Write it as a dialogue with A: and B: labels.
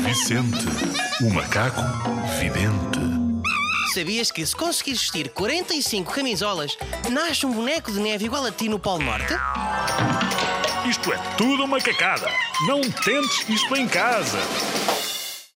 A: Vicente, o macaco vidente.
B: Sabias que se conseguires vestir 45 camisolas, nasce um boneco de neve igual a ti no Polo Norte?
C: Isto é tudo uma cacada. Não tentes isto em casa.